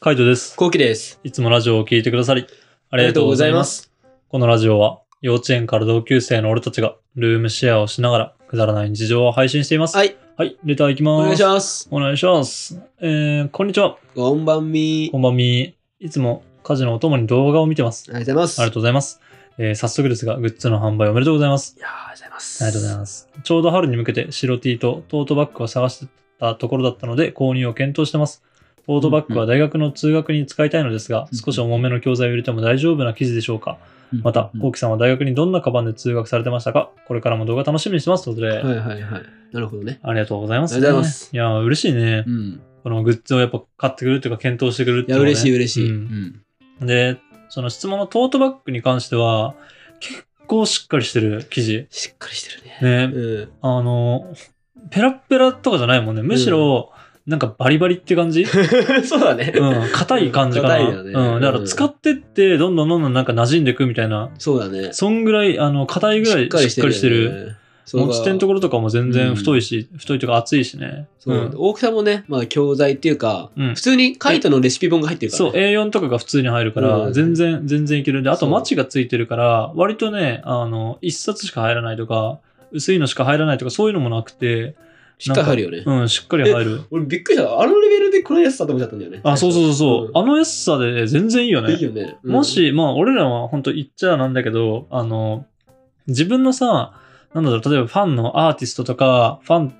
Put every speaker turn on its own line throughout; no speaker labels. カイトです。
コウキです。
いつもラジオを聴いてくださり、あ
あ
りがとうございます。
す。
このラジオは、幼稚園から同級生の俺たちが、ルームシェアをしながら、くだらない日常を配信しています。
はい。
はい、レターいきます。
お願いします。
お願いします。えー、こんにちは。
こんばんみ
こんばんみ。いつも家事のお供に動画を見てます。
ありがとうござ
ありが
いま
と
す。
うございます。えー、早速ですが、グッズの販売おめでとうございます。
いやーありがとうございます。
ありがとうございます。ちょうど春に向けて白 T とトートバッグを探してたところだったので購入を検討してます。トートバッグは大学の通学に使いたいのですが、
うん
少し重めの教材を入れても大丈夫な記事でしょうか。
うん
また
う、ん
コウキさんは大学にどんなカバンで通学されてましたかこれからも動画楽しみにしてます。ということで、
はいはいはい。なるほどね。
ありがとうございます、
ありがとうございます
いやー、嬉しいね。
うん。
このグッズをやっぱ買ってくれるというか検討してくれるっ
い
てい
や、
うのはね
嬉しい嬉しい。
うん
うん
で、その質問のトートバッグに関しては、結構しっかりしてる記事。
しっかりしてるね。
ね、
うん。
あの、ペラッペラとかじゃないもんね。むしろ、なんかバリバリって感じ う
そうだね。
ん、硬い感じかな。
硬いよ
うん、
ね
だか
う
ら
ん
使ってって、どんどんどんどんなんか馴染んでいくみたいな。
そうだね。
そんぐらい、あの、硬いぐらいしっかりして
よ
る。
ね。そう
持ち手のところとかも全
う
然
ん
太いし、太いというか厚いしね。
そうう、
ん
大きさもね、まあ教材っていうか、
うん
普通にカイトのレシピ本が入ってるから、
そう、A4 とかが普通に入るから、
うん
全然、全然いけるんで、あと
そう
マチがついてるから、割とね、あの、一冊しか入らないとか、薄いのしか入らないとか、そういうのもなくて、
しっかり入るよね。
うん、しっかり入る。
俺びっくりした。あのレベルでこのやつだと思っちゃったんだよね。
あ、そうそうそう。
あ
あの安さで全然いいよね。
いいよね。うん
も、し、まあ、俺らは本当言っちゃなんだけど、あの、自分のさ、なんだろう、例えばファンのアーティストとか、ファン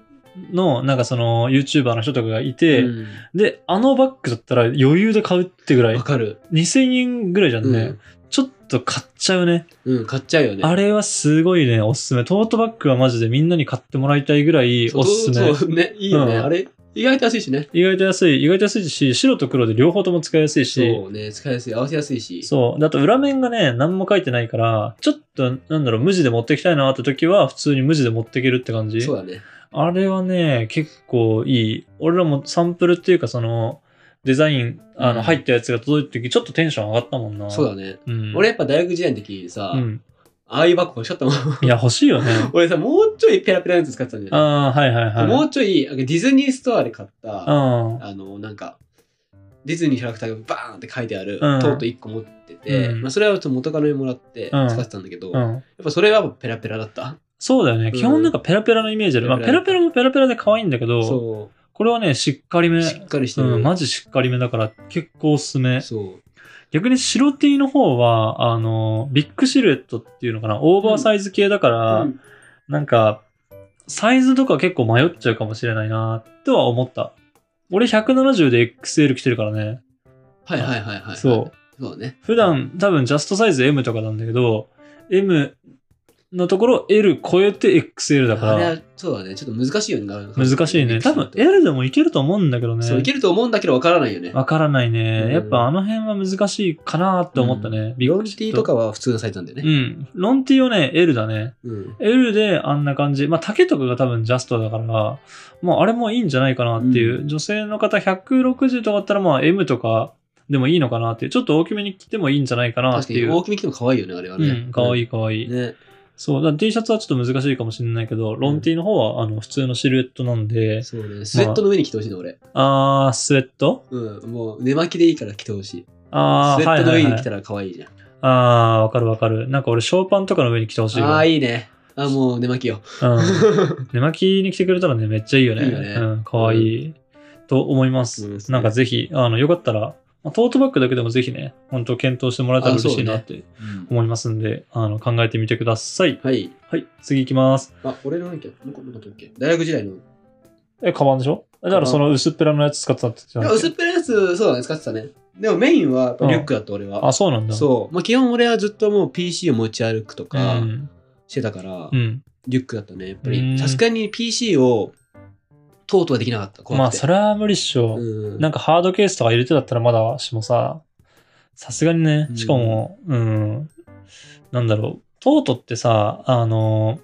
の、なんかその、YouTuber の人とかがいて、
うん
で、あのバッグだったら余裕で買うってぐらい
わ、かる。
2000円ぐらいじゃんね、
うん
ちょっと買っちゃうね。
うん、買っちゃうよね。
あれはすごいね、おすすめ。トートバッグはマジでみんなに買ってもらいたいぐらい
そう
おすすめ。
そうね、いいよね。
うん
あれ、意外と安いしね。
意外と安い、意外と安いし、白と黒で両方とも使いやすいし、
そうね、使いやすい、合わせやすいし。
そう。だと裏面がね、何も書いてないから、ちょっと、なんだろう、無地で持ってきたいなって時は、普通に無地で持っていけるって感じ。
そうだね。
あれはね、結構いい。俺らもサンプルっていうか、その、デザイン、あ
う
の、
ん
入ったやつが届いた時、ちょっとテンション上がったもんな。
そうだね。
うん。
俺やっぱ大学時代の時にさ、
うん。
ああいうバッグ欲しかったもん。
いや、欲しいよね。
俺さ、もうちょいペラペラのやつ使ってたんだよね。
ああ、はいはいはい。
もうちょい、なんかディズニーストアで買った、あ
あ
の、なんか、ディズニーキャラクターがバーンって書いてある、
うん
トート1個持ってて、
うん
まあ、それはちょっと元カノにもらって
うん
使ってたんだけど、
あ。
やっ
うん。
ぱそれはやっぱペラペラだった。
そうだよね。
ん
基本なんかペラペラのイメージある。まあ、ペ
ペ
ラ
ラ
ペ
ペ
ラ
ラ
もペラペラで可愛いんだけど、
そ
これはね、しっかりめ
う。。しっかりしてる。
うん、マジしっかりめだから、結構おすすめ。
そう。
逆に白 T の方は、あの、ビッグシルエットっていうのかな、オーバーサイズ系だから、
うん
なんか、サイズとか結構迷っちゃうかもしれないな、とは思った。俺170で XL 着てるからね。
はいはいはいはい。
そう。
う。そうね。
普段多分ジャストサイズ M とかなんだけど、M のところ L 超えて XL だ
あ
か
れ
ら、
はそうだね。ちょっと難しいよね。
難しいね。多分
え
L でもいけると思うんだけどね。
そう、いけると思うんだけどわからないよね。
わからないね。
うん
やっぱあの辺は難しいかなって思ったね。ビッ
ロン
グ
テ
シルエ
ィ
ッ
とかは普通のサイズなんだよ
う
ね。
ん。ロン T をね、L だね。
うん。
L であんな感じ。まあ、丈とかが多分ジャストだから、まあ、あれもいいんじゃないかなっていう。
う
女性の方160とかだったら、まあ、M とかでもいいのかなっていう。ちょっと大きめに着てもいいんじゃないかなっ
確か
て
に
いう。
大きめ着ても可愛いよね、あれはね。
うん、かわい
い。
いかわいい。
ね。
そう、だから T シャツはちょっと難しいかもしれないけど、ロン T の方は、あの、普通のシルエットなんで、
そうね。スウェットの上に着てほしいの、俺。
あー、スウェット
うん。もう寝巻きでいいから着てほしい。スウ
あー、
ェットの
はいは
上
い
に
は
着
い
たら可愛いじゃん。
あー、わかるわかる。なんか俺、ショーパンとかの上に着てほしい
あ
わ。
あ、いいね。あ、もう寝巻きよ。
うん。寝巻きに来てくれたらね、めっちゃいいよね。
いいよね
うん、かわいい。と思います。
うんですね
なんかぜひ、あの、よかったら、まあトートバッグだけでもぜひね、本当検討してもらえたら
あそう
嬉
ね
しいなって思いますんで、あの、考えてみてください。
はい。
はい、次行きます。
あ、俺のなんか、なんかなんかだっけ大学時代の。い
え、カバンでしょだからその薄っぺらのやつ使ってたって言って
や、
たんだ
薄
っ
っぺらいやつ、そうだね、使ってたね。でもメインはやっぱリュックだった、俺
け
は。
あ、そうなんだ。
そう。まあ、基本俺はずっともう PC を持ち歩くと
う
か
ん。
してたから
う、ん。
リュックだったね、やっぱ
うん
り。さすがに PC を、とうとうはできなかった。怖くて
まあ、それは無理っしょ。
うん、
なんかハードケースとか入れてだったらまだしもさ、さすがにね
う、ん
しかも、うん、なんだろう、トートってさ、あの、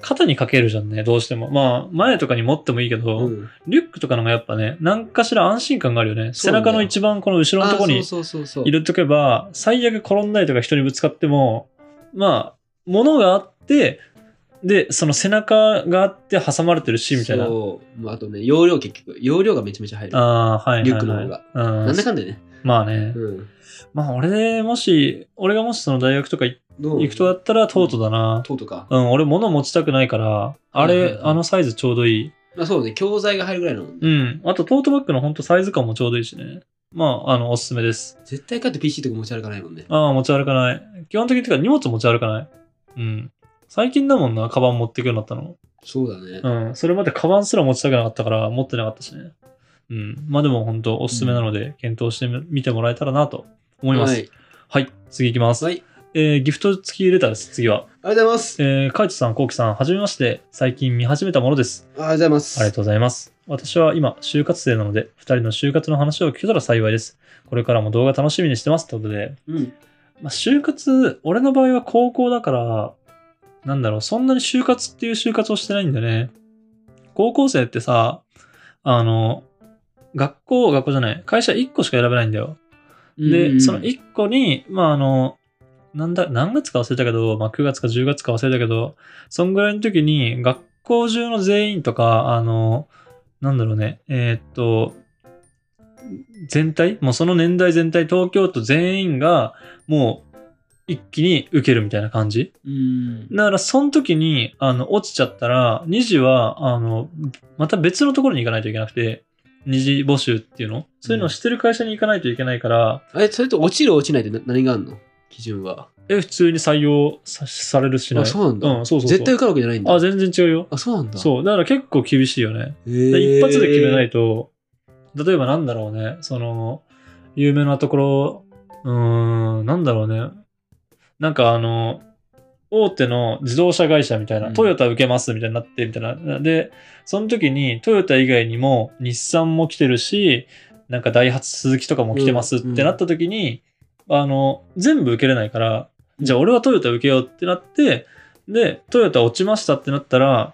肩にかけるじゃんね、どうしても。まあ、前とかに持ってもいいけど、
うん
リュックとかのがやっぱね、何かしら安心感があるよね。
そ
背
うなんだ
中
よ
の一番この後ろのとこ
あ
に
そうそうそうそう
入れとけば、最悪転んだりとか人にぶつかっても、まあ、物があって、で、その背中があって挟まれてるし、みたいな。
そう。まあ、あとね、容量結局、容量がめちゃめちゃ入る。
ああ、はいはい、はい。
リュックの方が。
うん。
なんだかんだね。
まあね。
うん。
まあ俺、もし、俺がもしその大学とか行
どう
行くとだったら、トートだな。
とうとか。
うん、俺物持ちたくないから、あ
はいはい
れ
は、い
あのサイズちょうどいい。
まあ、そうね、教材が入るぐらいの。
うん。あとトートバッグのほんとサイズ感もちょうどいいしね。まあ、あの、おすすめです。
絶対かって PC とか持ち歩かないもんね。
ああ、持ち歩かない。基本的にてか荷物持ち歩かない。うん。最近だもんな、カバン持ってくようになったの。
そうだね。
うん。それまでカバンすら持ちたくなかったから、持ってなかったしね。うん。まあでも本当おすすめなので、検討してみ見てもらえたらなと思います。は。
はいい。
次行きます。
はい。
えーギフト付きレターです、次は。
ありがとうございます。
えー、カイトさん、コウキさん、はじめまして。最近見始めたものです。
ありがとうございます。
ありがとうございます。私は今、就活生なので、2人の就活の話を聞けたら幸いです。これからも動画楽しみにしてます。ということで、
うん。
まあ、就活、俺の場合は高校だから、なんだろう、そんなに就活っていう就活をしてないんだよね。高校生ってさ、あの、学校、学校じゃない、会社1個しか選べないんだよ。
うんう
で、
ん
その1個に、まああの、なんだ、何月か忘れたけど、まあ9月か10月か忘れたけど、そんぐらいの時に、学校中の全員とか、あの、なんだろうね、えーっと、全体もうその年代全体、東京都全員が、もう、一気に受けるみたいな感じ。
うん。
だから、その時に、あの、落ちちゃったら、2次は、あの、また別のところに行かないといけなくて、二次募集っていうのそういうのをしてる会社に行かないといけないから、
あれ、それと落ちる落ちないってな何があんの基準は。
え、普通に採用さされるしない。
あ、そうなんだ。
うん、そうそうそう。
絶対受かるわけじゃないんだ。
あ、全然違うよ。
あ、そうなんだ。う。
そう。だから結構厳しいよね。で一発で決めないと、例えばなんだろうね、その、有名なところ、うーん、なんだろうね。なんかあの、大手の自動車会社みたいな、
うん
トヨタ受けますみたいになって、みたいな。で、その時にトヨタ以外にも日産も来てるし、なんかダイハツ、鈴木とかも来てますっ
うん
てなった時に、あの、全部受けれないから、じゃあ俺はトヨタ受けようってなって、で、トヨタ落ちましたってなったら、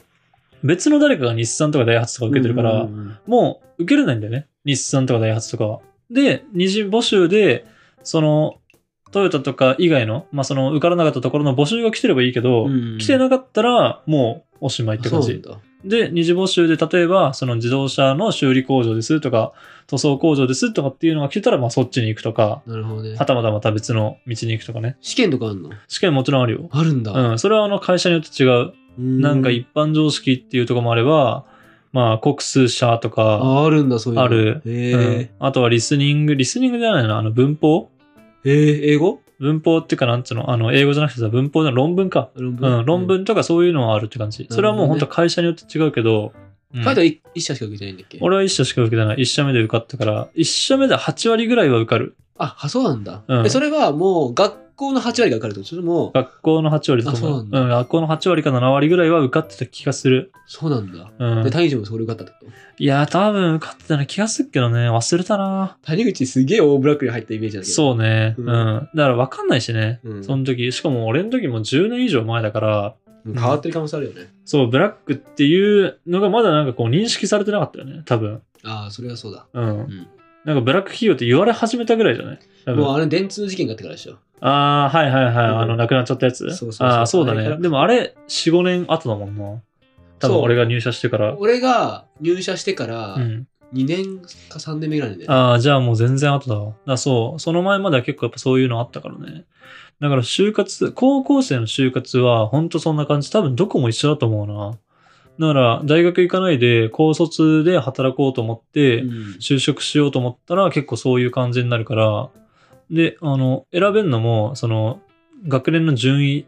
別の誰かが日産とかダイハツとか受けてるから、
うんうんうん
もう受けれないんだよね。日産とかダイハツとかは。で、二次募集で、その、トヨタとか以外の、まあ、その、受からなかったところの募集が来てればいいけど、
うん
来てなかったら、もうおしまいって感
そうな
じ
ん。だ。
で、二次募集で、例えば、その自動車の修理工場ですとか、塗装工場ですとかっていうのが来てたら、まあ、そっちに行くとか、
なるほどね
は。たまたまた別の道に行くとかね。
試験とかあんの
試験もちろんあるよ。
あるんだ。
うん、それはあの会社によって違う。
うん
なんか一般常識っていうところもあれば、まあ、国数社とか、
あ、あるんだ、そういうの。
ある
へ
うん
え。
あとはリスニング、リスニングじゃないな、あの文法
へえ、英語
文法っていうか、なんつうの、あの、英語じゃなくてさ、文法の論文か。
論
うん、論。文とかそういうのはあるって感じ。それはもう
な
本
るほどね
当会社によって違うけど、うん
カイトは一一社しか受けてないんだっけ
俺は1社しか受けてない。1社目で受かったから、1社目で8割ぐらいは受かる。
あ、あそうなんだ
う。ん
えそれはもう学校の8割が受かるってことそれとも、
学校の8割だと思
あ
う。うん、
そうなん
学校の8割か7割ぐらいは受かってた気がする。
そうなんだ。
うん
で、。谷口もそれ受かったってこと
いやー、多分受かってたような気がするけどね、忘れたな。
谷口すげえ大ブラックに入ったイメージだけど。
そうね。う。
うんん
だから分かんないしね。
うん
その時。しかも俺の時も10年以上前だから、
うん変わってる可能性あるよね。
そう、ブラックっていうのがまだなんかこう認識されてなかったよね、多分。
ああ、それはそうだ。
うん。
ん
なんかブラック企業って言われ始めたぐらいじゃない多分
もうあの電通の事件があってからでしょ。
ああ、はいはいはい。
うん
あの、亡くなっちゃったやつ。
そうそうそう
ああ、そうだ
あれか
ね。
ら
でもあれ、4、5年後だもんな。多分
そう
俺が入社してから。う
俺が入社してから
ん。
2年か3年目ぐらいで、
ああ、じゃあもう全然後だわ。だからそう、その前までは結構やっぱそういうのあったからね。だから就活、高校生の就活はほんとそんな感じ。多分どこも一緒だと思うな。だから大学行かないで高卒で働こうと思って、
うん
就職しようと思ったら結構そういう感じになるから、で、あの、選べるのも、その、学年の順位、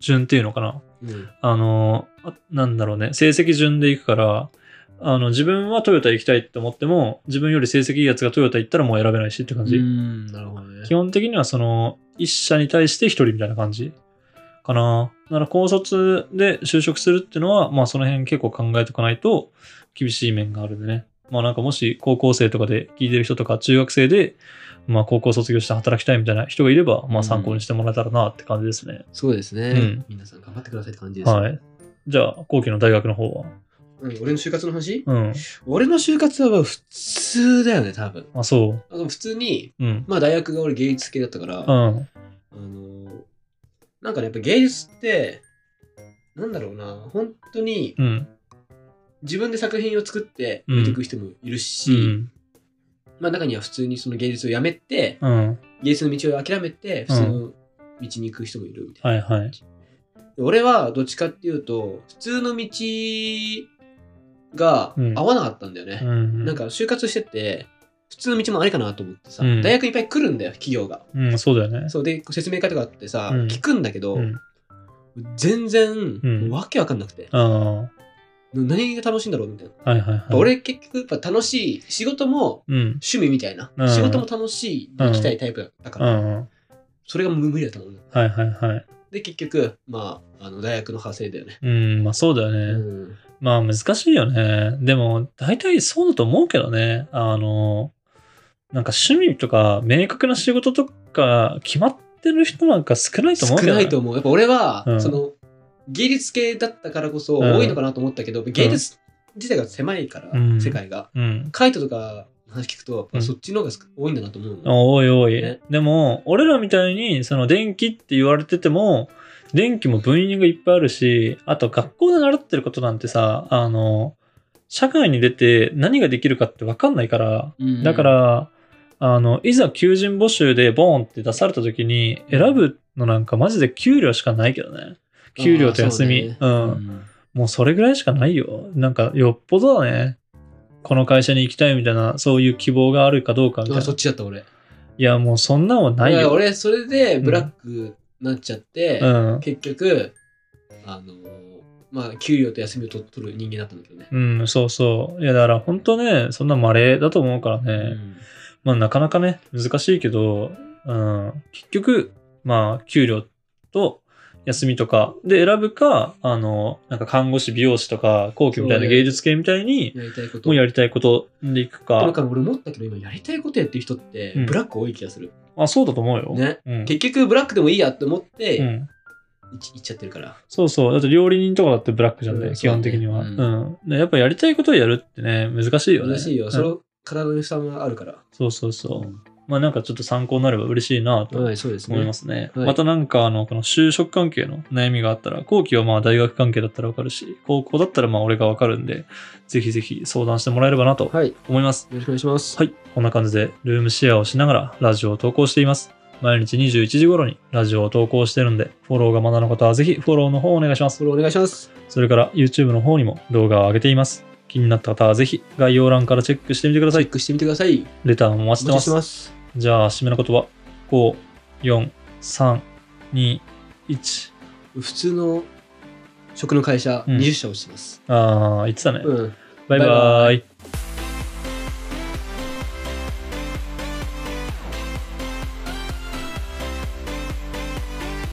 順っていうのかな。
うん
あの、あなんだろうね、成績順でいくから、あの、自分はトヨタ行きたいって思っても、自分より成績いいやつがトヨタ行ったらもう選べないしって感
う
じ。
んなるほどね
基。本的にはその、一社に対して一人みたいな感じかな。だから高卒で就職するっていうのは、まあその辺結構考えておかないと厳しい面があるんでね。まあなんかもし高校生とかで聞いてる人とか中学生で、まあ高校卒業して働きたいみたいな人がいれば、まあ参考にしてもらえたらなって感じですね。
そうですね、
うん
皆さん頑張ってくださいって感じです、
はい。じゃあ、後期の大学の方は。
うん俺の就活の話、
うん。
俺の就活は普通だよね、多分。
あ、そ
あの普通に、
う。うん。
まあ大学が俺芸術系だったから、
うん。
あのーなんかね、やっぱ芸術って、なんだろうな、本当に
うん。
自分で作品を作って
うん
出てく人もいるし、
うん。
まあ中には普通にその芸術をやめて、
うん。
芸術の道を諦めて、普通の道に行く人もいるみたいな。
はいはい。
俺はどっちかっていうと、普通の道が
うん
合わなかったんだよね。
うん。
なん、か就活してて、普通の道もあれかなと思ってさ、
うん
大学いっぱい来るんだよ、企業が。
うん、そうだよね。
そうで、こう説明会とかあってさ、
うん
聞くんだけど、
うん。
全然、
うん
わけわかんなくて、
あ
何が楽しいんだろうみたいな。
あ。はいはいはい。、
俺結局やっぱ楽しい、仕事も
うん。
趣味みたいな、
うん
仕事も楽しい、行きたいタイプだったか
う
ら、
ん。はい
それが無理だったもんね。
はいはい。
で、結局、まあ、あの大学の派生だよね。
うん、まあそうだよね。
うん
まあ難しいよね。でも大体そうだと思うけどね。あの、なんか趣味とか明確な仕事とか決まってる人なんか少ないと
少
思うけど、ね、
ないと思う。やっぱ俺は、
うん
その、芸術系だったからこそ
うん
多いのかなと思ったけど、芸術自体が狭いから、
うん
世界が。
うん。
カイトとかの話聞くと、
うん
そっちの方が多いんだなと思うの。
おいおい。
ね
でも、俺らみたいに、その電気って言われてても、電気も分野がいっぱいあるし、あと学校で習ってることなんてさ、あの、社会に出て何ができるかって分かんないから、
うん
だか、ら、あの、いざ求人募集でボーンって出された時に、選ぶのなんかマジで給料しかないけどね。給料と休み。
あー
うん、
そうね
もうそれぐらいしかないよ。なんか、よっぽどだね。この会社に行きたいみたいな、そういう希望があるかどうかみ
う
た
ん
い
あ
な。
そっちだった俺。
いや、もうそんなんはない
いや
よ。
俺、それでブラックになっちゃって、
うん。
結局、あのー、まあ、給料と休みを取取る人間だったんだけどね。
うん、そうそう。いや、だから本当ね、そんな稀だと思うからね。
うん
まあ、なかなかね、難しいけど、うん、結局、まあ、給料と休みとかで選ぶか、あの、なんか看護師、美容師とか、後期みたい
そ
な
うね
芸術系みたいに、
やりたいこと。
もうやりたいことでいく
だ
か。
から俺思ったけど、今やりたいことやってる人って
うん、
ブラック多い気がする。
あ、そうだと思うよ。
ね。
うん。
結局、ブラックでもいいやって思っ
う
て、
ん、
いち行っちゃってるから。
そうそう。だって料理人とかだってブラックじゃんね、
うん
基本的には。う、
そうねうん
でやっぱやりたいことをやるってね、難しいよね。
嬉しいよ。
うん
その体の負担があるから。
そうそうそう。まあなんかちょっと参考になれば嬉しいなと
はい、そうですね。
思いますね。
はい
またなんか、あの、この就職関係の悩みがあったら、後期はまあ大学関係だったらわかるし、高校だったらまあ俺がわかるんで、ぜひぜひ相談してもらえればなと
はい。よ
思います。
ろしくお願いします。
はい。こんな感じで、ルームシェアをしながらラジオを投稿しています。毎日21時頃にラジオを投稿してるんで、フォローがまだの方はぜひフォローの方をお願いします
フ。ォローお願いします。
それから YouTube の方にも動画を上げています。気になった方はぜひ概要欄からチェックしてみてくだ
チ
さ
ェ
い
ッ。クしてみてください。
レターもお待ち
お
してま
待ちし
す
て。ます。
じゃあ、締めの言葉。5、4、3、2、1。
普通の食の会社
うん
20社をしてます。
ああ、言ってたね。
うん
バイバ
バイ
バイ
バ
バイ